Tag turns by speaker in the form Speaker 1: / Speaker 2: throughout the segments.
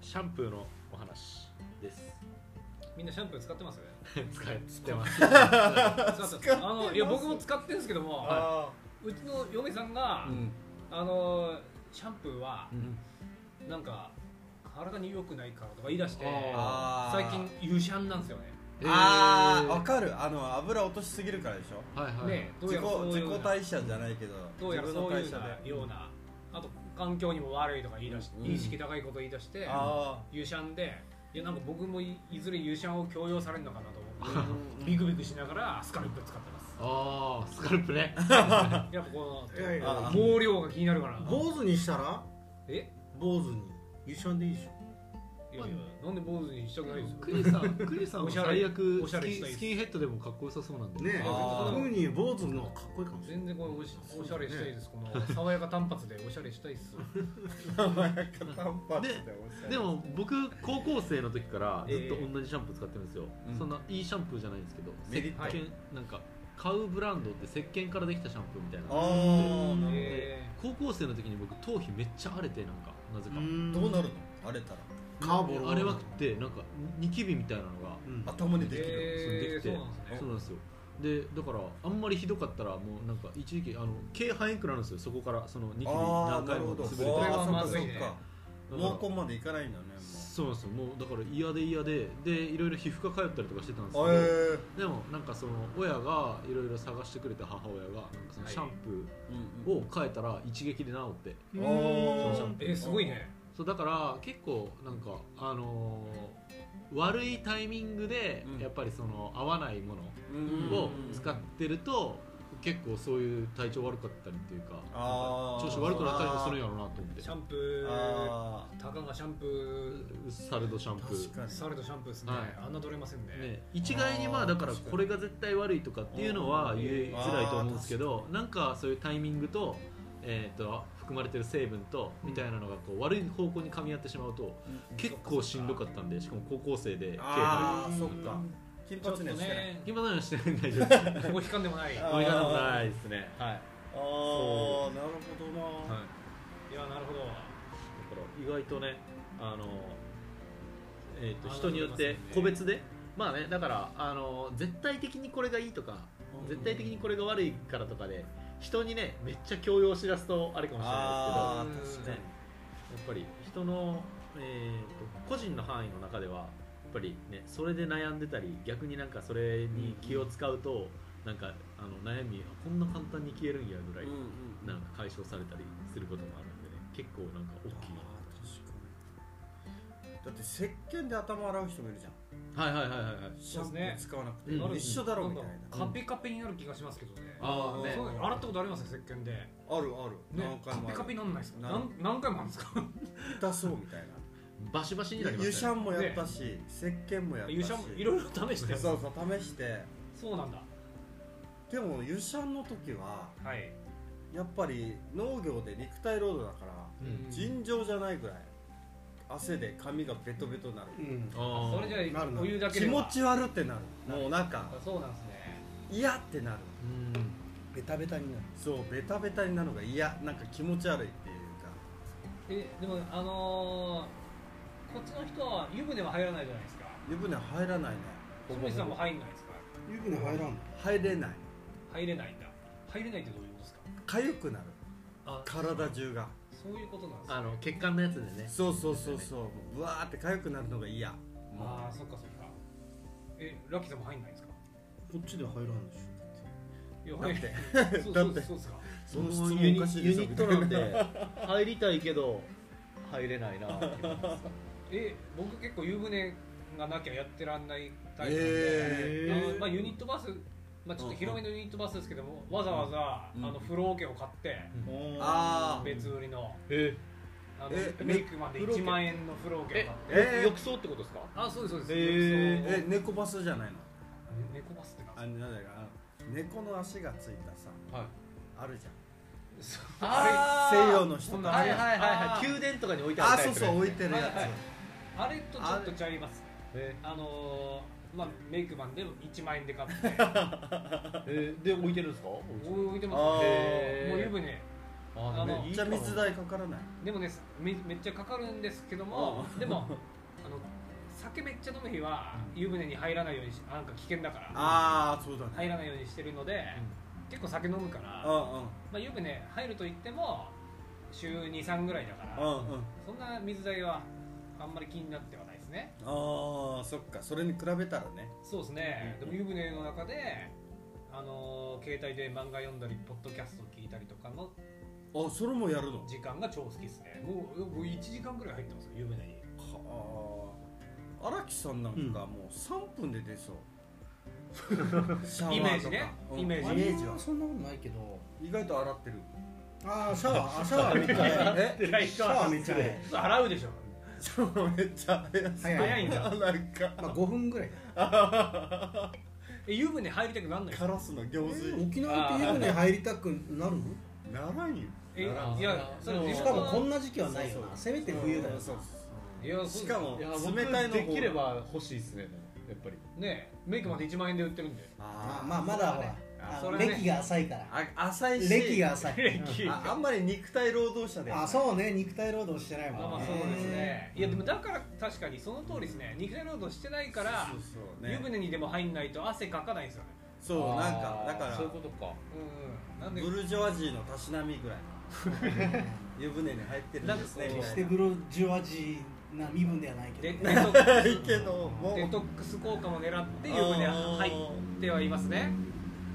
Speaker 1: シャンプーのお話です。
Speaker 2: みんなシャンプー使ってますよね
Speaker 1: 使えて ます。
Speaker 2: 使ってますあのいや僕も使ってるんですけども、
Speaker 3: あ
Speaker 2: うちの嫁さんが、
Speaker 1: うん
Speaker 2: あのシャンプーは
Speaker 1: うん
Speaker 2: なんか体に良くないからとか言い出して
Speaker 3: あー
Speaker 2: 最近油シャンなんですよね
Speaker 1: えー
Speaker 3: あーわかるあの油落としすぎるからでしょ
Speaker 1: はいはい。
Speaker 2: ねどう
Speaker 3: 自
Speaker 2: や
Speaker 3: 己
Speaker 2: らそう
Speaker 3: 自
Speaker 2: いうよう
Speaker 3: 己
Speaker 2: な
Speaker 3: 代謝じゃないけど
Speaker 2: どうやら
Speaker 3: 自己
Speaker 2: そういうような
Speaker 3: 代謝
Speaker 2: ようなあと環境にも悪いとか言い出して、
Speaker 3: うん
Speaker 2: 意識高いこと言い出して
Speaker 3: あ
Speaker 2: 油シャンでいやなんか僕もいいずれ油シャンを強要されるのかなと
Speaker 3: あ
Speaker 2: 思ってビクビクしながらスカルプ使ってます
Speaker 1: ああ、スカルプね。
Speaker 2: やっぱこ
Speaker 4: いやい
Speaker 3: や
Speaker 2: の毛量が気になるから
Speaker 4: 坊主にしたら
Speaker 2: え
Speaker 4: 坊主に優勝でいいでしょ
Speaker 2: いやいやなんで坊主にしたくないんですか
Speaker 1: クリさん、クリさん
Speaker 2: お
Speaker 1: は
Speaker 2: しゃれ
Speaker 1: 最悪
Speaker 2: おしゃ
Speaker 1: ス
Speaker 2: れ
Speaker 1: キ
Speaker 2: した
Speaker 1: ン
Speaker 2: いです
Speaker 1: スキンヘッドでもかっこよさそうなんで。
Speaker 4: ねえ
Speaker 3: あー
Speaker 4: 特に坊主の方がかっこいいかもしれな
Speaker 2: 全
Speaker 4: い
Speaker 2: 然このおしおしゃれしたいですこの爽やか単発でおしゃれしたいっす
Speaker 1: でも僕高校生の時からずっと
Speaker 2: ええ
Speaker 1: 同じシャンプー使ってるんですよ、
Speaker 3: うん
Speaker 1: そんないいシャンプーじゃないんですけど
Speaker 3: メリット
Speaker 1: 石鹸なんか買うブランドって石鹸からできたシャンプーみたいな
Speaker 3: あーなる
Speaker 2: え
Speaker 1: 高校生の時に僕頭皮めっちゃ荒れてなんかなぜか、
Speaker 3: ほどどうなるの荒れたら
Speaker 4: カーボロ
Speaker 1: 荒れまくってなんかニキビみたいなのが、
Speaker 4: うん
Speaker 3: 頭に
Speaker 2: ー
Speaker 3: できる
Speaker 1: それで
Speaker 2: え
Speaker 1: きて
Speaker 2: ーそうなんですね
Speaker 1: そうなんですよでだからあんまりひどかったらもうなんか一時期あの軽肺炎くらいなんですよそこからそのニキビ
Speaker 3: あ
Speaker 1: 何
Speaker 3: あな
Speaker 1: 回
Speaker 3: るほ
Speaker 1: も
Speaker 3: ど
Speaker 1: 潰れてだ
Speaker 2: あー
Speaker 1: か
Speaker 2: それはまずいね
Speaker 3: そっか
Speaker 1: ら
Speaker 3: 毛根までいかないんだね
Speaker 1: そうなんですよもうだから嫌で嫌ででいろいろ皮膚科通ったりとかしてたんですけ
Speaker 3: も
Speaker 1: ど、
Speaker 3: うえ
Speaker 1: でもなんかその親がいろいろ探してくれた母親がなんかそのシャンプーを変えたら一撃で治って、
Speaker 3: うんうんあ
Speaker 1: そのシャン
Speaker 3: ー
Speaker 1: プ
Speaker 2: えーすごいね
Speaker 1: そうだから結構なんかあのー悪いタイミングで
Speaker 3: うん
Speaker 1: やっぱりその合わないも
Speaker 3: うん
Speaker 1: のを使ってると結構そういう体調悪かったりっていうか
Speaker 3: あー
Speaker 1: 調子悪くなったりもするんやろうなと思って
Speaker 2: シャンプー
Speaker 3: あ
Speaker 2: たかがシャンプ
Speaker 1: サルドシャン
Speaker 3: ー
Speaker 1: プー
Speaker 3: 確か
Speaker 2: ー
Speaker 3: に
Speaker 2: サルドシャンプーですね、
Speaker 1: はい
Speaker 2: あんな取れませんね
Speaker 1: ね、一概にまあだからこれが絶対悪いとかっていうのは言いづらいと思うんですけどなんかそういうタイミングと,、えー、と含まれてる成分とみたいなのがこう悪い方向に噛み合ってしまうと結構しんどかったんでしかも高校生で
Speaker 3: あー
Speaker 2: う
Speaker 3: そっ
Speaker 2: ん
Speaker 3: か金
Speaker 2: ちょっと
Speaker 3: 髪にはしてない
Speaker 2: ね
Speaker 1: 今の話してないですご
Speaker 2: もう悲観でもないいや
Speaker 3: あ
Speaker 1: めんなさいですねはい
Speaker 3: ああなるほどな、
Speaker 1: はい
Speaker 2: なるほど
Speaker 1: だから意外とねあの、えー、と
Speaker 2: あー
Speaker 1: 人によっ
Speaker 2: な
Speaker 1: て
Speaker 2: りますよね
Speaker 1: 個別でまあねだからあの絶対的にこれがいいとか
Speaker 3: うん
Speaker 1: 絶対的にこれが悪いからとかで人にねめっちゃ強要しだすとあれかもしれな
Speaker 3: あ
Speaker 1: い
Speaker 3: ー
Speaker 1: ですけ
Speaker 3: 確
Speaker 1: ど
Speaker 3: か
Speaker 1: ねやっぱり人の、えー、と個人の範囲の中ではやっぱりねそれで悩んでたり逆になんかそれに気を使うと、なんかあの悩みこんな簡単に消えるんやぐらい、
Speaker 3: に、うんうん
Speaker 1: なんか解消されたりすることもあるんでね結構なんか大きい
Speaker 3: あー確かにだって石鹸で頭洗う人もいるじゃん
Speaker 1: はいはいはいはいはい
Speaker 3: シャ
Speaker 2: そう
Speaker 3: ンプ
Speaker 2: で
Speaker 3: ー
Speaker 2: す
Speaker 3: 使わなくて、
Speaker 1: うん
Speaker 3: 一緒だろうみたいな、
Speaker 2: んかカピカピになる気がしますけどね
Speaker 1: あーね
Speaker 2: そうだよ洗ったことありますよ石鹸で、ね、
Speaker 3: あるある、何
Speaker 2: カ
Speaker 3: 回
Speaker 2: ピ
Speaker 3: もある
Speaker 2: カピになんないですか
Speaker 3: な
Speaker 2: 何何回もあるんですか
Speaker 3: 痛そうみたいな
Speaker 1: バシバシになりま
Speaker 3: 湯
Speaker 1: し
Speaker 3: シ
Speaker 1: た
Speaker 3: ャ
Speaker 1: ね
Speaker 3: ンもやったし、石鹸もやったし
Speaker 2: 油シャンいろいろ試して
Speaker 3: そうそう試して
Speaker 2: そうなんだ
Speaker 3: でも湯シャンの時は
Speaker 2: はい、
Speaker 3: やっぱり農業で肉体労働だから、
Speaker 1: うん
Speaker 3: 尋常じゃないぐらい汗で髪がベトベトになる、
Speaker 4: うん
Speaker 1: あー
Speaker 2: それじゃ
Speaker 4: な
Speaker 2: あ
Speaker 4: るな
Speaker 2: お
Speaker 4: る
Speaker 2: 湯だけ
Speaker 3: 気
Speaker 2: で
Speaker 3: 持
Speaker 2: は
Speaker 3: ち悪ってなるもうなんか
Speaker 2: あそうなんですね
Speaker 3: 嫌ってなる
Speaker 1: うん
Speaker 4: ベタベタになる
Speaker 3: そうベタベタになるのが嫌なんか気持ち悪いっていう
Speaker 2: えでもあのー、こっちの人は湯船は入らないじゃないですか
Speaker 3: か湯船入らないね
Speaker 2: 下地さんも入んないですか
Speaker 4: 湯船入らんの
Speaker 3: 入れない
Speaker 2: 入れないんだ入れないってどういうことですか
Speaker 3: 痒くなる
Speaker 2: あ
Speaker 3: 体中が
Speaker 2: そういうことなんですか
Speaker 1: あの血管のやつでね
Speaker 3: そうそうそうそうブワーって痒くなるのが嫌
Speaker 2: あーそっかそっかえラッキーさんも入んないんですか
Speaker 4: こっちで入らんでし
Speaker 2: いや
Speaker 3: だっ
Speaker 2: 入れ
Speaker 3: て
Speaker 2: そう
Speaker 3: だって
Speaker 2: そうそうですか
Speaker 3: その質問おかしいでしょ
Speaker 1: ユニットなんで入りたいけど入れないなっていう
Speaker 2: え僕結構湯船がなきゃやってらんないタイプなんで、
Speaker 3: へー
Speaker 2: あのまあ、ユニットバスまあ、ちょっと広めのユニットバスですけども、わざわざ、
Speaker 3: うん
Speaker 2: あの風呂桶を買って、
Speaker 4: ょ
Speaker 3: あー
Speaker 2: 別売りの
Speaker 1: え
Speaker 2: あの
Speaker 3: え
Speaker 2: メイクまで
Speaker 1: 風呂桶
Speaker 2: 1万円の風呂桶を買って
Speaker 3: えー
Speaker 1: 浴槽ってことですか
Speaker 2: あそうですそうです、
Speaker 1: えー
Speaker 2: え
Speaker 3: え猫バスじゃないの
Speaker 2: 猫バスってなん
Speaker 3: あなんだかあの猫の足がついたさ
Speaker 1: はい
Speaker 3: あるじゃ
Speaker 2: ですか
Speaker 3: あ ー西洋の人
Speaker 2: そん
Speaker 3: たち
Speaker 2: な
Speaker 1: はいはいはい
Speaker 2: あ
Speaker 1: はい
Speaker 2: ー
Speaker 1: 宮殿とかに置いて
Speaker 3: ん
Speaker 1: あ
Speaker 3: あ
Speaker 1: る
Speaker 3: そ
Speaker 1: タ
Speaker 3: う
Speaker 1: イプ
Speaker 3: そう置いてるや
Speaker 2: はいはい
Speaker 3: つ
Speaker 2: あれとちょっとちゃいます
Speaker 1: え
Speaker 2: あのーまあメイクマンでも1万円で買って
Speaker 1: ーえーで置いてるんですか
Speaker 2: 置いてま
Speaker 3: あ
Speaker 2: すね
Speaker 3: ー
Speaker 2: もう湯船
Speaker 1: あ
Speaker 2: あの
Speaker 3: じゃあ水代かからない
Speaker 2: でもねめめっちゃかかるんですけどもでもあの酒めっちゃ飲む日は湯船に入らないようにしなんか危険だから
Speaker 3: ああそうだね
Speaker 2: 入らないようにしてるので、結構酒飲むから、
Speaker 3: うん
Speaker 2: ま
Speaker 3: うん
Speaker 2: あ、湯船入ると言っても週23ぐらいだから、
Speaker 3: うんうん
Speaker 2: そんな水代はあんまり気になってはないですね
Speaker 3: ああそっかそれに比べたらね
Speaker 2: そうですね、
Speaker 3: うん
Speaker 2: でも湯船の中であのー携帯で漫画読んだりポッドキャスト聞いたりとかの
Speaker 3: あそれもやるの
Speaker 2: 時間が超好きですねもうもう1時間ぐらい入ってますよ湯船に
Speaker 3: はあ荒木さんなんかもう3分で出そう、シャワ
Speaker 2: イメー
Speaker 3: ーとか
Speaker 2: ジね
Speaker 3: うん
Speaker 2: イメージ
Speaker 4: イメージはそんなことないけど
Speaker 3: 意外と洗ってる
Speaker 4: ああシャワーあシャワーめっちゃ早 い
Speaker 3: え
Speaker 2: でライ
Speaker 4: シャワーめっちゃ早い
Speaker 2: 洗うでしょ
Speaker 3: シャワーめっちゃ早そう
Speaker 4: 早
Speaker 2: いんだ
Speaker 3: なんか
Speaker 4: まあ5分ぐらい
Speaker 2: え湯船入りたくなんない
Speaker 3: カラスの行水、
Speaker 4: 沖縄って湯船入りたくなる
Speaker 3: ならんよ
Speaker 2: え
Speaker 3: ならん
Speaker 2: いやそれ
Speaker 1: でも
Speaker 2: 地
Speaker 4: し
Speaker 2: 元
Speaker 4: か
Speaker 2: の
Speaker 4: もこんな時期はないよなせめて冬だよ
Speaker 3: そうそう
Speaker 2: いやそう
Speaker 3: しかも
Speaker 5: いや
Speaker 3: 冷たいの
Speaker 5: 僕
Speaker 3: 方
Speaker 5: できれば欲しいですねやっぱり
Speaker 2: ねえメイクまで1万円で売ってるんで
Speaker 4: まあ
Speaker 3: あ
Speaker 4: まあまだほら
Speaker 2: あ
Speaker 4: あ
Speaker 2: そ
Speaker 4: の
Speaker 2: れね
Speaker 4: 歴が浅いから
Speaker 3: ああ浅いし
Speaker 4: 歴が浅い
Speaker 2: 歴
Speaker 3: ああんまり肉体労働者で
Speaker 4: あそうね肉体労働してない
Speaker 2: まあま
Speaker 4: もん
Speaker 2: あ
Speaker 4: ね
Speaker 2: そうですねいやでもだから確かにその通りですね肉体労働してないから
Speaker 3: そうそう
Speaker 2: 湯
Speaker 3: ね
Speaker 2: 船にでも入んないと汗かかないんですよね
Speaker 3: そうなんかだから
Speaker 5: そういうことか
Speaker 2: うんなん
Speaker 3: ブ
Speaker 2: で
Speaker 3: ルジョワジーのたしなみぐらいの湯船に入ってるんですね
Speaker 2: だ
Speaker 3: み
Speaker 4: 決
Speaker 3: たい
Speaker 4: して
Speaker 3: な
Speaker 4: ブロジョアジーな身分ではないけ
Speaker 2: デ
Speaker 4: ど
Speaker 2: デトック
Speaker 3: いいけど
Speaker 2: ス
Speaker 3: も う
Speaker 2: デトックス効果も狙って湯船に入ってはいますね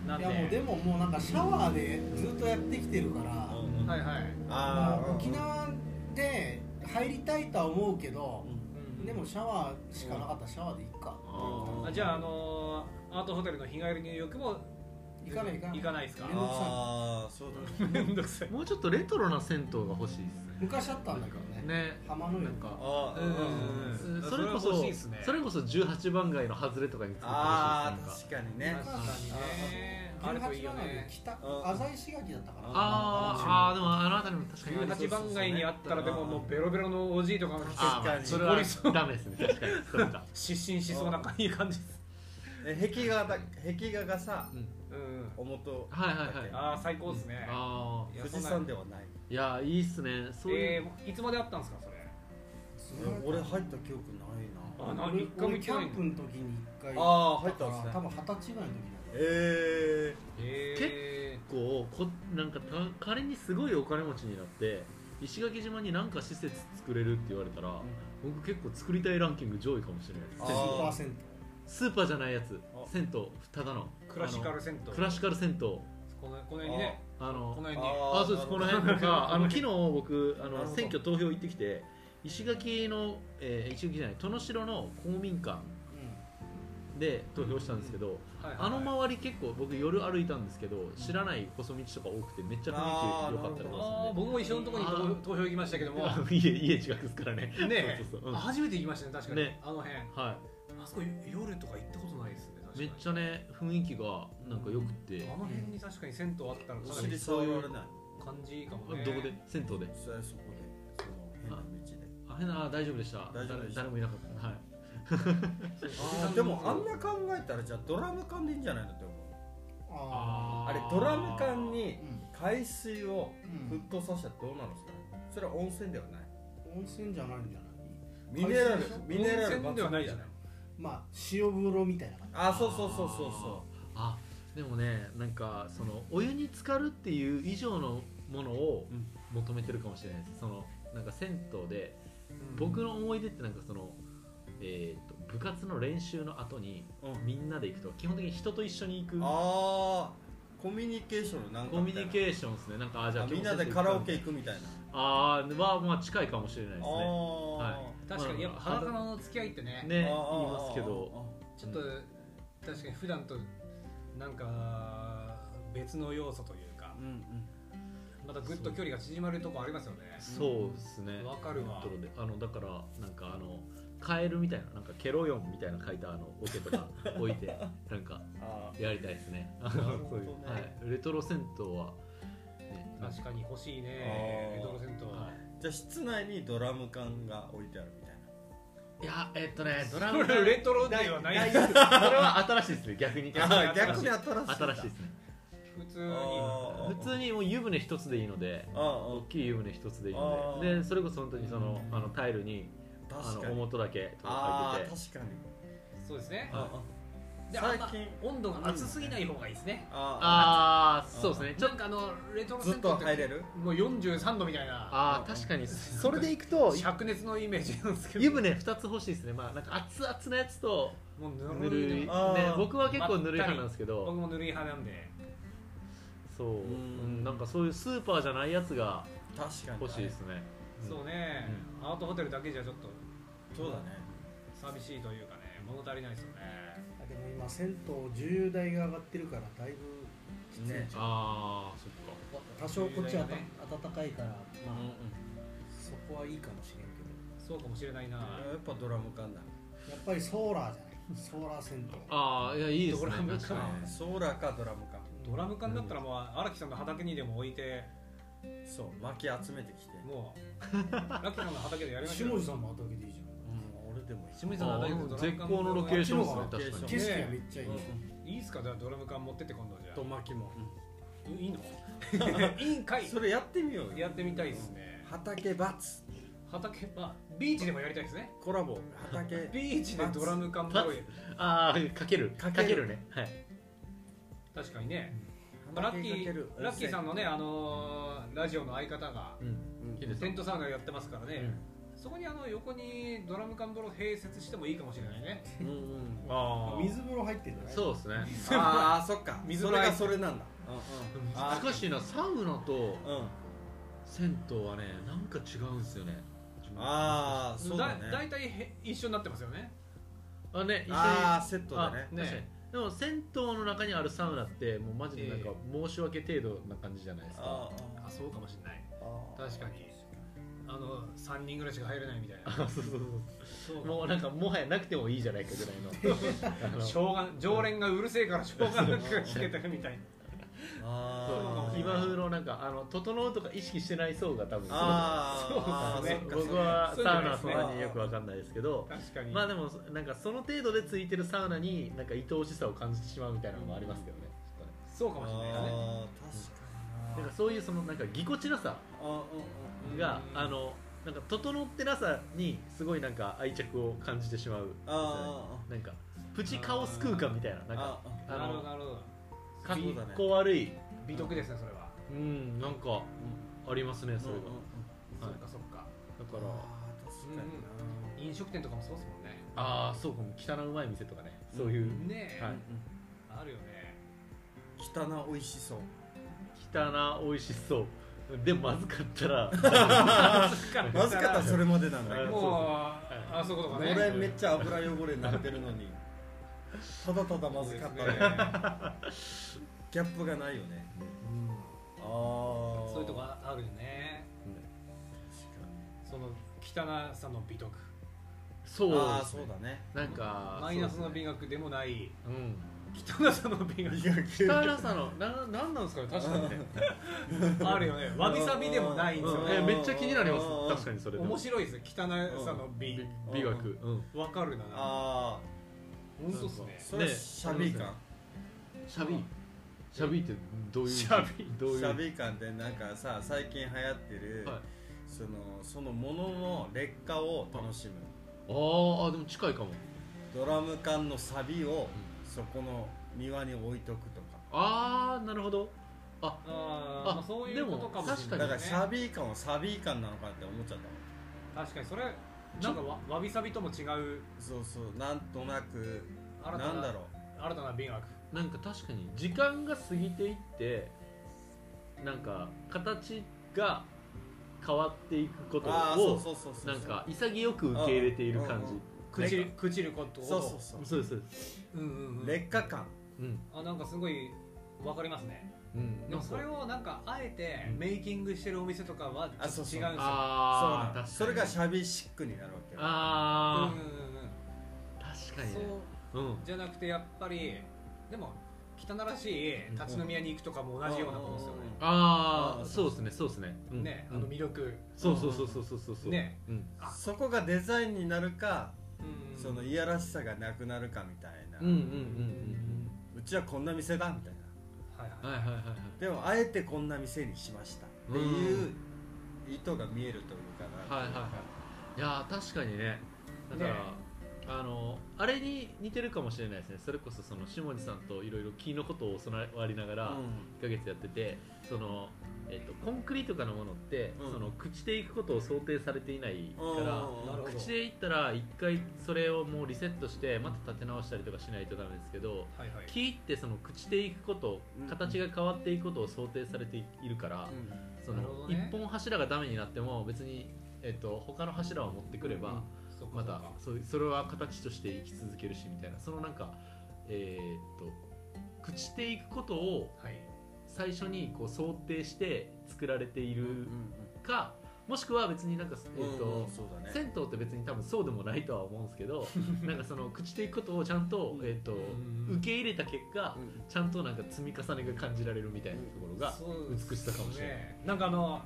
Speaker 2: なん
Speaker 4: い
Speaker 2: で
Speaker 4: やもうでももうなんかシャワーでずっとやってきてるから
Speaker 3: うんうん
Speaker 2: はいはい、
Speaker 3: あ
Speaker 4: も
Speaker 3: ー
Speaker 4: う沖縄で入りたいとは思うけど
Speaker 3: うん
Speaker 2: うん
Speaker 4: でもシャワーしかなかったらシャワーでいっか
Speaker 2: あじゃあ、あのーアートホテルの日帰り入浴も
Speaker 4: 行かない行かない
Speaker 2: 行かないですか
Speaker 4: めんどくさい
Speaker 3: あーそうだね
Speaker 2: めんどくさい
Speaker 1: もうちょっとレトロな銭湯が欲しいです
Speaker 4: 昔あったんだけどね
Speaker 1: ねね
Speaker 4: 浜の湯
Speaker 1: なんか
Speaker 3: あー
Speaker 2: うんうん
Speaker 1: そ
Speaker 2: うん
Speaker 1: れこ
Speaker 2: それは欲
Speaker 1: そ
Speaker 2: しいっすね
Speaker 1: それこそ18番街の外れとかに作って
Speaker 3: あ
Speaker 1: ほしいです
Speaker 3: ー確かに
Speaker 2: 確
Speaker 3: ね
Speaker 2: かにねあるといい
Speaker 4: 18
Speaker 2: よ
Speaker 4: 番
Speaker 2: ね
Speaker 4: で北
Speaker 3: うん
Speaker 4: 浅井石垣だったか
Speaker 1: あー
Speaker 4: な
Speaker 1: あーでもあの辺りも確かにありそう
Speaker 2: 18番街にあったらでももうベロベロのおじいとかが来て
Speaker 1: あーまあそれはダメですね 確かにそれか
Speaker 2: 失神しそうな感じいい感じです
Speaker 3: え壁画だ壁画がさ
Speaker 2: うん
Speaker 3: 表
Speaker 1: はいはい はい
Speaker 2: ああ最高ですね
Speaker 1: あ
Speaker 2: いや
Speaker 3: 富
Speaker 2: そん
Speaker 3: 士
Speaker 2: な
Speaker 3: 山ではない
Speaker 1: あいやいいっすねそうい
Speaker 2: え
Speaker 1: う、
Speaker 2: ーいつまであったんですかそれ
Speaker 3: いや俺入った記憶ないな
Speaker 2: あな
Speaker 4: 俺
Speaker 2: 一回も行
Speaker 4: 俺
Speaker 2: っ
Speaker 4: キ
Speaker 2: てな
Speaker 4: ャ
Speaker 2: い
Speaker 4: ンプの時に一回
Speaker 3: ああ
Speaker 4: だ
Speaker 3: 入っ
Speaker 4: か
Speaker 3: た
Speaker 4: ら
Speaker 3: んですね
Speaker 4: 多分二十歳ぐらいの時
Speaker 3: え
Speaker 2: え
Speaker 1: こうこなんかた仮にすごいお金持ちになって石垣島に何か施設作れるって言われたら、僕結構作りたいランキング上位かもしれないで
Speaker 3: あ
Speaker 4: だ
Speaker 1: す
Speaker 4: よ
Speaker 3: ー
Speaker 4: 10%
Speaker 1: スーパーじゃないやつ
Speaker 3: あ
Speaker 1: 銭湯ただの
Speaker 2: ークラシカル
Speaker 1: あ
Speaker 2: 銭湯
Speaker 1: のクラシカル銭湯
Speaker 2: このこの辺にね
Speaker 1: あ
Speaker 2: こ
Speaker 1: の
Speaker 2: の辺には
Speaker 1: あそうですこの辺とか あの昨日僕あ
Speaker 3: なる
Speaker 1: の
Speaker 3: ほど
Speaker 1: 選挙投票行ってきて石垣の、えー石垣じゃない殿城の公民館で投票したんですけど、
Speaker 2: いはい
Speaker 1: あの周り結構僕夜歩いたんですけど知らない細道とか多くてめっちゃ雰囲気良かったりとか
Speaker 2: あー僕も一緒のところに投投票行きましたけども
Speaker 1: するんで 家家違うんですからね
Speaker 2: ね
Speaker 1: そうそうそううん
Speaker 2: あ初めて行きましたね確かに、
Speaker 1: ね
Speaker 2: あの辺あ
Speaker 1: は
Speaker 2: そこ夜とか行ったことないですね
Speaker 1: い
Speaker 2: 確か
Speaker 1: め
Speaker 2: に
Speaker 1: っちゃね雰囲気がなんか良くて、
Speaker 2: あの辺に確かに銭湯あったら
Speaker 3: えお
Speaker 2: かな
Speaker 3: 尻
Speaker 2: り
Speaker 3: 触られない
Speaker 2: 感じかも
Speaker 1: あ
Speaker 2: ね
Speaker 1: どこで銭湯で
Speaker 3: それそこでその変な道で
Speaker 1: あ変なあ大丈夫でした
Speaker 3: 大丈夫でした
Speaker 1: 誰誰もいなかった、はい、
Speaker 3: あーでもあんな考えたらじゃあドラム缶でいいんじゃないのって思う
Speaker 4: あ
Speaker 3: あれドラム缶に
Speaker 4: ーうん
Speaker 3: 海水を
Speaker 4: う
Speaker 3: 沸騰させたらどうなるんですかねそれは温泉ではない
Speaker 4: ん温泉じゃないんじゃない
Speaker 3: ミネラル
Speaker 4: 海水でしょ
Speaker 3: ミネ
Speaker 2: 温
Speaker 3: ラル
Speaker 2: 泉ではないじゃない
Speaker 4: まあ塩風呂みたいな感
Speaker 3: あそうそうそうそうそ
Speaker 1: あでもねなんかそのお湯に浸かるっていう以上のものを
Speaker 3: うん
Speaker 1: 求めてるかもしれないですそのなんか銭湯で
Speaker 2: うん
Speaker 1: 僕の思い出ってなんかその、えー、と部活の練習の後に
Speaker 3: う、うん、
Speaker 1: みんなで行くと基本的に人と一緒に行く
Speaker 3: あーコミュニケーションのなんか
Speaker 1: コミュニ
Speaker 3: ーシ
Speaker 1: ケーションですねなんかあじゃあ
Speaker 3: みんなでカラオケ行くみたいな
Speaker 1: あーはまあ近いかもしれないで
Speaker 3: あ
Speaker 1: す
Speaker 3: あ
Speaker 1: ね
Speaker 2: 確かにやっぱ
Speaker 1: まあ
Speaker 2: 裸の付き合いってね
Speaker 1: ね言い
Speaker 3: あー
Speaker 1: ますけど
Speaker 2: ちょっと確かに普段となんか別の要素というか
Speaker 3: うんうん
Speaker 2: またぐっと距離が縮まるとこありますよね
Speaker 1: そうですね
Speaker 2: わかるわ
Speaker 1: ところであのだからなんかあのカエルみたいななんかケロヨンみたいな書いたあのオケと か置いてなんか
Speaker 3: あー
Speaker 1: やりたいですね。
Speaker 3: るほ どね
Speaker 1: はい、レトロ銭湯は、ね、
Speaker 2: 確かに欲しいね
Speaker 3: あー
Speaker 2: レトロ銭湯
Speaker 1: は、
Speaker 3: じゃあ室内にドラム缶が置いてあるみたいない
Speaker 1: いやえっとねドラ
Speaker 2: こ
Speaker 1: ム
Speaker 2: れ
Speaker 1: レ
Speaker 2: レトロではない
Speaker 1: それは新しいですね逆に
Speaker 3: あー
Speaker 1: 新しい
Speaker 3: 逆に新しいんだ
Speaker 1: 新しいですね。
Speaker 2: 普通に
Speaker 3: あー
Speaker 1: 普通にもう湯船一つでいいので
Speaker 3: あー
Speaker 1: 大きい湯船一つでいいの
Speaker 3: あ
Speaker 1: で
Speaker 3: ー
Speaker 1: でそれこそ本当にそのあのタイルに
Speaker 3: あー
Speaker 1: あ
Speaker 3: 確か
Speaker 1: の
Speaker 3: に
Speaker 1: 表だけとか
Speaker 3: あ
Speaker 1: 書い
Speaker 3: あ
Speaker 1: てて
Speaker 3: 確かに
Speaker 2: そうですね
Speaker 3: あ
Speaker 2: で
Speaker 3: 最
Speaker 2: あん
Speaker 3: 近
Speaker 2: ま温度が熱すぎない方がいいですね
Speaker 3: あ
Speaker 1: ああ
Speaker 3: ー
Speaker 1: そうですねちょ
Speaker 2: なんかあのレトロ銭
Speaker 3: ーず
Speaker 2: 湯
Speaker 3: っと入
Speaker 2: っ
Speaker 3: れ
Speaker 2: て
Speaker 3: る
Speaker 2: もう43度みたいな
Speaker 1: ああ
Speaker 3: うん
Speaker 1: 確かにそれでいくと
Speaker 2: 灼熱のイメージなんですけど
Speaker 1: 湯船2つ欲しいですねまあなんか熱々のやつと
Speaker 2: もう
Speaker 1: ぬ
Speaker 2: ぬる
Speaker 1: る
Speaker 2: い
Speaker 1: い
Speaker 2: の
Speaker 3: あー
Speaker 1: ね僕は結構ぬるい派なんですけ
Speaker 2: 僕
Speaker 1: ど
Speaker 2: もぬるい派なんで
Speaker 1: そう
Speaker 3: うん
Speaker 1: うんなんかそういうスーパーじゃないやつが
Speaker 3: 確かに
Speaker 1: 欲しいですねうん
Speaker 2: そうね、アートホテルだけじゃちょっと
Speaker 3: そうだね
Speaker 2: 寂しいというかね物足りないですよね
Speaker 4: でも今銭湯重油代が上がってるからだいぶきついんじゃん
Speaker 3: ね
Speaker 1: ああそっか
Speaker 4: 多少こっち
Speaker 2: 重油
Speaker 4: は
Speaker 2: 代がね
Speaker 4: 暖かいから
Speaker 3: う
Speaker 4: ま
Speaker 3: んうん
Speaker 4: あそこはいいかもしれんけど
Speaker 2: そうかもしれないな
Speaker 3: やっぱドラム缶だ
Speaker 4: やっぱりソーラーじゃないソーラー銭湯
Speaker 1: ああいやいいですね
Speaker 2: ドラム缶
Speaker 1: 確かに
Speaker 3: ソーラーかドラム缶
Speaker 2: ドラム缶だったらもう荒木さんの畑にでも置いて
Speaker 3: そう薪集めてきて
Speaker 2: もうラッキーさんの畑でやりましょ
Speaker 4: 下
Speaker 2: う
Speaker 4: 地さんも畑でいいじゃ
Speaker 3: うん俺でもいい
Speaker 2: 下地さんの
Speaker 1: あ
Speaker 2: 畑で
Speaker 1: ー
Speaker 2: ドラム缶
Speaker 1: 絶好のロケーションですね確か
Speaker 4: ん
Speaker 3: ね
Speaker 4: 景
Speaker 1: に
Speaker 4: 色がめっちゃいい、
Speaker 3: うん
Speaker 2: いいっすかじゃあドラム缶持ってって今度じゃ
Speaker 3: と薪も
Speaker 2: あいいの いいんかい
Speaker 3: それやってみようよ
Speaker 2: やってみたいですね
Speaker 3: 畑バツ
Speaker 2: 畑まあビーチでもやりたいですね
Speaker 3: コラボ畑
Speaker 2: ビーチでドラム缶も
Speaker 1: ああかける
Speaker 3: か
Speaker 1: か
Speaker 3: ける
Speaker 1: けるねはい
Speaker 2: 確かにねラ
Speaker 3: 畑
Speaker 2: ッキ
Speaker 3: かけ
Speaker 2: ー
Speaker 3: る
Speaker 2: ラッキーさんのね
Speaker 3: 温
Speaker 2: あのーラジオの相方が
Speaker 1: うん
Speaker 3: 泉うん
Speaker 1: いいです
Speaker 2: テ
Speaker 1: ね
Speaker 2: ントサウナやってますからね、そこにあの横にドラム缶風呂併設してもいいかもしれないね
Speaker 3: うんうん
Speaker 1: ああ
Speaker 4: 水風呂入ってるんじゃない
Speaker 1: そうですね
Speaker 3: ああそっか
Speaker 2: 水
Speaker 3: そ
Speaker 2: 風
Speaker 3: れ
Speaker 2: 呂
Speaker 3: がそれなんだあ
Speaker 1: 難しいなサウナと
Speaker 3: うんうん
Speaker 1: 銭湯はねなんか違うんですよね
Speaker 3: ああそうだ
Speaker 2: だ大
Speaker 3: ね
Speaker 2: 体へ一緒になってますよね
Speaker 1: あね一緒に
Speaker 3: ああセットだ
Speaker 1: あ
Speaker 3: ね
Speaker 1: 確かにでも銭湯の中にあるサウナってもうマジでなんか申し訳程度な感じじゃないですか
Speaker 3: あー
Speaker 2: あそうかもしれない
Speaker 3: あ
Speaker 2: 確かにあの3人ぐらいしか入れないみたい
Speaker 1: あ
Speaker 2: な
Speaker 1: そうそう
Speaker 2: そう
Speaker 1: そう
Speaker 2: かも
Speaker 1: もうなんかもはやなくてもいいじゃないかぐらいのあの
Speaker 2: しょうが常連がうるせえからしょうがなく弾けてるみたいな
Speaker 3: ーあ
Speaker 1: そ
Speaker 3: ー
Speaker 1: う今風のなんかあの整うとか意識してない層が多分
Speaker 3: あーあ
Speaker 2: そうですね
Speaker 3: ーそっか
Speaker 1: 僕は
Speaker 2: そう
Speaker 1: サ
Speaker 2: じゃな
Speaker 1: ウナ
Speaker 2: いで
Speaker 1: は
Speaker 2: す
Speaker 1: そ
Speaker 2: ね
Speaker 1: んなによくわかんないですけど
Speaker 2: 確かに
Speaker 1: まあでもなんかその程度でついてるサウナになんか愛おしさを感じてしまうみたいなのもありますけどねちょっとね
Speaker 2: そうかもしれないですね
Speaker 3: あー確かに
Speaker 1: なんかそういうそのなんかぎこちなさ
Speaker 3: あうんうん
Speaker 1: が
Speaker 2: うん
Speaker 1: あのなんか整ってなさにすごいなんか愛着を感じてしまう
Speaker 3: あ
Speaker 1: なんかプチカオス空間みたいな
Speaker 3: ーあー
Speaker 1: なんか
Speaker 3: あ
Speaker 1: あ
Speaker 2: なるほど
Speaker 1: の
Speaker 2: なるほど
Speaker 1: かっ
Speaker 3: そうだね
Speaker 1: こ悪い
Speaker 2: 美徳ですねそれは
Speaker 1: うんなんかありますねそれが
Speaker 2: そ
Speaker 1: は
Speaker 2: っ
Speaker 1: い
Speaker 2: かそっか
Speaker 1: だ
Speaker 3: あ
Speaker 1: から
Speaker 3: ー確かにな
Speaker 2: 飲食店とかもそうですもんね
Speaker 1: ああそうかも汚いうまい店とかねそういう
Speaker 2: ねえ、
Speaker 1: はい
Speaker 2: あるよね
Speaker 3: 汚美味しそう
Speaker 1: 汚美味しそうでまずかったら
Speaker 3: まずかったらそれまでなの
Speaker 1: はい
Speaker 2: もうあそういうことかね
Speaker 3: 俺めっちゃ油汚れになってるのにただただまずかったね
Speaker 2: ね
Speaker 3: ギャップがないよねああ
Speaker 2: そういうとこあるよねその汚さの美徳
Speaker 1: そう
Speaker 3: ああそうだね
Speaker 1: なんか
Speaker 2: マイナスの
Speaker 1: そうで
Speaker 2: 美学でもない
Speaker 1: すねうん
Speaker 2: 汚さの美学
Speaker 1: 汚さ のななんなんですかね確かにね、
Speaker 2: あるよねわびさびでもないんですよ
Speaker 1: うん
Speaker 2: ね
Speaker 1: えめっちゃ気になりま
Speaker 3: うんうんうん
Speaker 1: す確かにそれでも
Speaker 2: 面白いです汚さの美
Speaker 1: 美美学うん
Speaker 2: わかるな
Speaker 3: ああ
Speaker 2: 本当っすね
Speaker 3: それ
Speaker 1: ね
Speaker 3: シャビ感
Speaker 1: シャビシャビってどういう
Speaker 2: シャビ
Speaker 1: どういう
Speaker 3: シャビ感ってなんかさ最近流行ってる、
Speaker 1: はい
Speaker 3: そのそのものの劣化を楽しむ
Speaker 1: あーあーでも近いかも
Speaker 3: ドラム缶のサビをそこの庭に置いとくとか
Speaker 1: ああなるほどあ
Speaker 2: あ
Speaker 1: あ
Speaker 2: ーまあそういうことかもし
Speaker 1: で
Speaker 2: れな
Speaker 3: だ
Speaker 1: も
Speaker 2: い
Speaker 3: か
Speaker 2: ね
Speaker 3: らシャビ感はサビ感なのかって思っちゃったの
Speaker 2: 確かにそれなんかわわびさびとも違う
Speaker 3: そうそうなんとなく
Speaker 2: 新たな
Speaker 3: なんだろう
Speaker 2: 新たな美学
Speaker 1: なんか確かに時間が過ぎていってなんか形が変わっていくこと
Speaker 3: ああそう
Speaker 1: を
Speaker 3: そうそうそう
Speaker 1: なんか潔く受け入れている感
Speaker 3: うん
Speaker 1: じ
Speaker 2: 朽ち朽ちることを
Speaker 3: そうそうそう
Speaker 1: そうですそうです
Speaker 2: うんうんうん
Speaker 3: 劣化感
Speaker 1: うん
Speaker 2: あなんかすごいわかりますね
Speaker 1: うんな
Speaker 2: で
Speaker 1: ん
Speaker 2: も
Speaker 1: か
Speaker 2: それをなんかあえて
Speaker 1: うん
Speaker 2: メイキングしてるお店とかは
Speaker 3: あ
Speaker 2: ち
Speaker 3: そ
Speaker 2: ょっと違うん
Speaker 3: うそう
Speaker 2: ですよ
Speaker 1: あ
Speaker 3: そうなの
Speaker 1: あ
Speaker 3: それがシャビシックになるわけよ
Speaker 1: あ
Speaker 2: うんうん
Speaker 1: あ確かにね
Speaker 2: うんうんそう
Speaker 1: うん
Speaker 2: じゃなくてやっぱりでも汚らしい立ち飲み屋に行くとかも同じようなことですよね
Speaker 1: あ
Speaker 3: あー
Speaker 1: あそうですねそうですねうん
Speaker 2: ねあ
Speaker 1: う
Speaker 2: の
Speaker 1: ん
Speaker 2: 魅力
Speaker 1: そうそうそうそうそうそうそう
Speaker 2: ね
Speaker 1: うん
Speaker 2: あ
Speaker 3: そこがデザインになるか、
Speaker 2: うんうん
Speaker 3: そのいやらしさがなくなるかみたいな、
Speaker 1: うんうんうんうんうん
Speaker 3: うちはこんな店だみたいな
Speaker 2: はい
Speaker 1: は
Speaker 2: はい
Speaker 1: いはいはいはい
Speaker 3: でもあえてこんな店にしましたっていう意図が見えるというかな
Speaker 1: はいはいはいいやー確かにねだから、
Speaker 2: ね
Speaker 1: あのあれに似てるかもしれないですねそれこそその下地さんといろいろ木のことを教わりながら1ヶ月やっててその、えっとコンクリとかのものって、
Speaker 3: うん
Speaker 1: その朽ちていくことを想定されていないから
Speaker 2: なるほど
Speaker 1: 朽ちていったら一回それをもうリセットしてまた立て直したりとかしないとダメですけど
Speaker 2: はいはい
Speaker 1: 木ってその朽ちていくこと
Speaker 3: うん
Speaker 1: 形が変わっていくことを想定されているから、そ
Speaker 2: なるほ
Speaker 1: の
Speaker 2: ど
Speaker 1: 一
Speaker 2: ね
Speaker 1: 本柱がダメになっても別に、えっと他の柱を持ってくれば、
Speaker 2: そっか
Speaker 1: ま
Speaker 2: そ
Speaker 1: た
Speaker 2: っか
Speaker 1: そうそれは形として生き続けるしみたいなそのなんかえーっと朽ちていくことを
Speaker 2: はい
Speaker 1: 最初にこう想定して作られているか、もしくは別になんか、えーっと
Speaker 3: そうだね
Speaker 1: 銭湯って別に多分そうでもないとは思うんですけ どなんかその朽ちていくことをちゃんと,、えーっと
Speaker 2: ん
Speaker 1: 受け入れた結果、ちゃんとなんか積み重ねが感じられるみたいなところが、
Speaker 2: そう
Speaker 1: 美しさかもしれない
Speaker 2: ですねなんかあの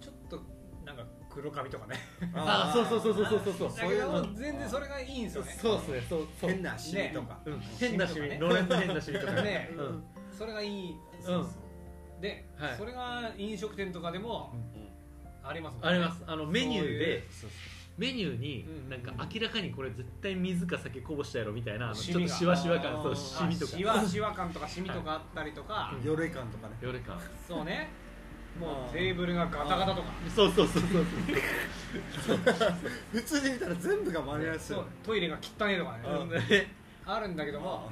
Speaker 2: ちょっとなんか黒髪とかね
Speaker 1: ああそうそうそうそうそうそう
Speaker 2: だ
Speaker 3: う
Speaker 2: け
Speaker 3: いうの
Speaker 2: ど全然それがいいんですよね
Speaker 1: そうですねそうそう
Speaker 3: 変なシミとか
Speaker 1: うん変な趣味、
Speaker 2: ね
Speaker 1: ローレンズ変な趣味とか
Speaker 2: ね
Speaker 1: うんうん
Speaker 2: それがいいで、
Speaker 1: はい
Speaker 2: それが飲食店とかでもありますもんね
Speaker 1: ありますあのメニューで
Speaker 3: そうそう
Speaker 1: メニューに
Speaker 2: うん
Speaker 1: なんか明らかにこれ絶対水か酒こぼしたやろみたいなあのちょっと
Speaker 2: シ
Speaker 1: シ
Speaker 2: ミが
Speaker 1: ワシワ感
Speaker 3: あー
Speaker 1: そうシミとか
Speaker 2: あシワシワ感とかシミとかあったりとか、
Speaker 1: う
Speaker 3: よれ感とかね
Speaker 1: よれ感
Speaker 2: そうねも
Speaker 3: あー
Speaker 2: うテーブルがガタガタとか
Speaker 1: そうそうそうそう
Speaker 3: 普通に見たら全部がマネアす
Speaker 2: そ
Speaker 3: る
Speaker 2: うトイレが汚ねとかね
Speaker 3: うん
Speaker 1: ね
Speaker 2: あるんだけども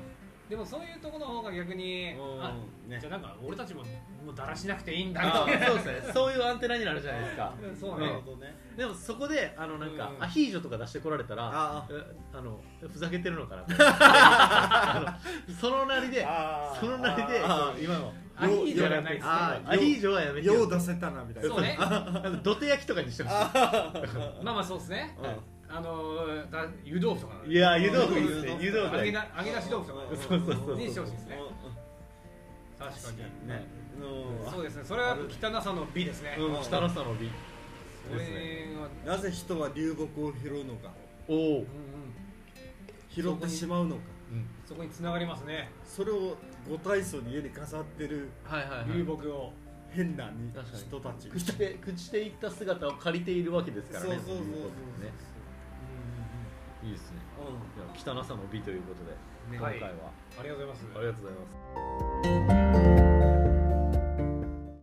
Speaker 2: でもそういうとこの方が逆にあ
Speaker 3: ね
Speaker 2: じゃあなんか俺たちももうだらしなくていいんだ
Speaker 1: あ
Speaker 2: な
Speaker 1: ーそうですねそういうアンテナになるじゃないですか
Speaker 2: そう
Speaker 3: なる
Speaker 2: ね
Speaker 3: ほどね
Speaker 1: でもそこであのなんか
Speaker 2: うん
Speaker 1: アヒージョとか出してこられたら
Speaker 3: あ
Speaker 1: えあのふざけてるのかな ってあのそのなりで
Speaker 3: あ
Speaker 1: そのなりで
Speaker 3: あ
Speaker 1: 今の
Speaker 2: アヒージョじゃないです
Speaker 1: あ
Speaker 2: ね
Speaker 1: ーアヒージョはやめて
Speaker 3: よ
Speaker 1: よ
Speaker 3: う出せたなみたいな
Speaker 2: そうね
Speaker 1: あの土手焼きとかにしてほしい
Speaker 2: まあまあそうですね
Speaker 3: うん
Speaker 2: あのーだ湯豆腐とか
Speaker 1: いやー湯豆腐いいですね湯豆腐
Speaker 2: 揚
Speaker 1: だ
Speaker 2: げ
Speaker 1: よ
Speaker 2: な揚げ出し豆腐とか
Speaker 1: そうそうそう
Speaker 2: にしてほしいですね
Speaker 3: う
Speaker 2: 確かに
Speaker 3: んねうん
Speaker 2: そうですねそれは汚さの美ですね
Speaker 1: うん北のさの美
Speaker 2: これは
Speaker 3: なぜ人は流木を拾うのか
Speaker 1: おお
Speaker 2: うんうん
Speaker 3: 拾ってしまうのか
Speaker 2: そこに繋がりますね
Speaker 3: それをご体操に家に飾ってる
Speaker 1: はいはいはい
Speaker 2: 流木を
Speaker 3: 変なに
Speaker 1: 確かに
Speaker 3: 人たち
Speaker 1: 朽ちて朽ちていった姿を借りているわけですからね
Speaker 3: そうそうそうそう
Speaker 1: といことでねいいですね
Speaker 3: うん
Speaker 1: いや汚さの美ということで今
Speaker 2: は
Speaker 1: 回
Speaker 2: い
Speaker 1: は、
Speaker 2: ありがとうございます
Speaker 1: ありがとうございます